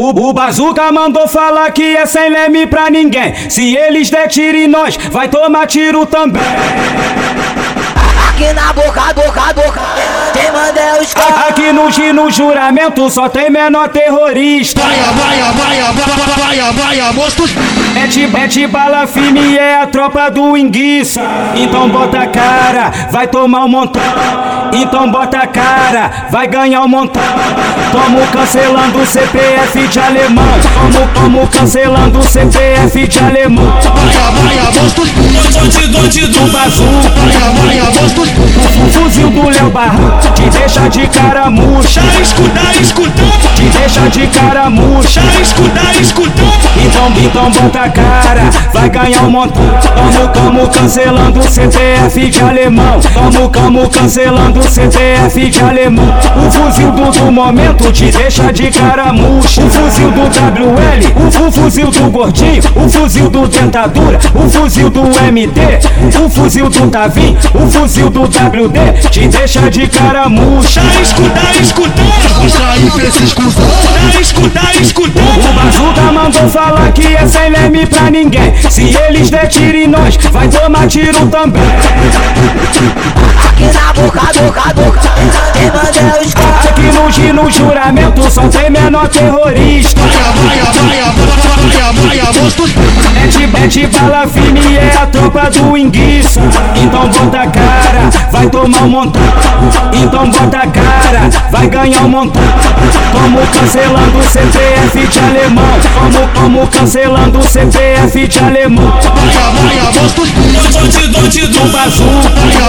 O, o Bazuca mandou falar que é sem leme pra ninguém. Se eles der tiro em nós, vai tomar tiro também. Aqui na boca, boca, boca. Quem manda é os A- Aqui no, gi- no juramento só tem menor terrorista. Mete, mete bala firme é a tropa do enguiça. Então bota a cara, vai tomar um montão. Então bota a cara, vai ganhar um montão. Tamo cancelando o CPF de alemão. Tamo, tamo cancelando o CPF de alemão. Do bazuca, fuzil do Léo Barra. Te deixa de cara murcha. Escutar, escutando, Te deixa de cara murcha. escutar, escutando. Então, então bota a cara, vai ganhar um montão. Tamo, tamo cancelando o CPF de alemão. Tamo, tamo cancelando o CPF de alemão. O fuzil do, do momento te deixa de cara murcha. O fuzil do WL, o, fu- fuzil do gordinho, o fuzil do dentadura, o fuzil do MD, o fuzil do Tavim, o fuzil do WD te deixa de cara murcha. Escutar, escutando, escutar, escutando. O Bazuca mandou falar que é sem leme pra ninguém. Se eles der tiro em nós, vai tomar tiro também. Aqui na boca, boca, boca. Quem manda é os Aqui no, gi- no juramento só tem menor terrorista. Mete, mete bala firme é a tropa do enguiça. Então bota a cara, vai tomar um montão. Então bota a cara, vai ganhar um montão. Tamo cancelando o CPF de alemão. Tamo, tamo cancelando o CPF de alemão. Do bazuca.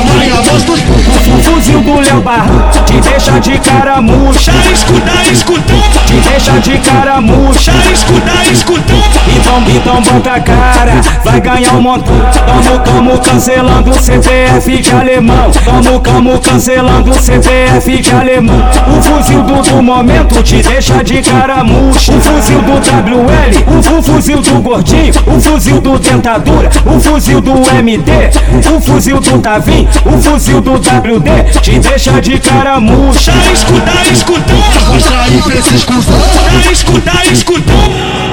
Fuzil do Léo Barra Te deixa de cara murcha Escutar, escutando, Te deixa de cara murcha escutar, escutando. Então, então bota a cara Vai ganhar um montão Tamo, tamo cancelando o CPF de alemão Tamo, tamo cancelando o CPF de alemão O fuzil do, do momento te deixa de cara murcha O fuzil do WL O fu- fuzil do gordinho O fuzil do dentadura O fuzil do MD O fuzil do Tavim O fuzil do WD Te deixa de cara murcha Escutar, escutando, escutar, escutando.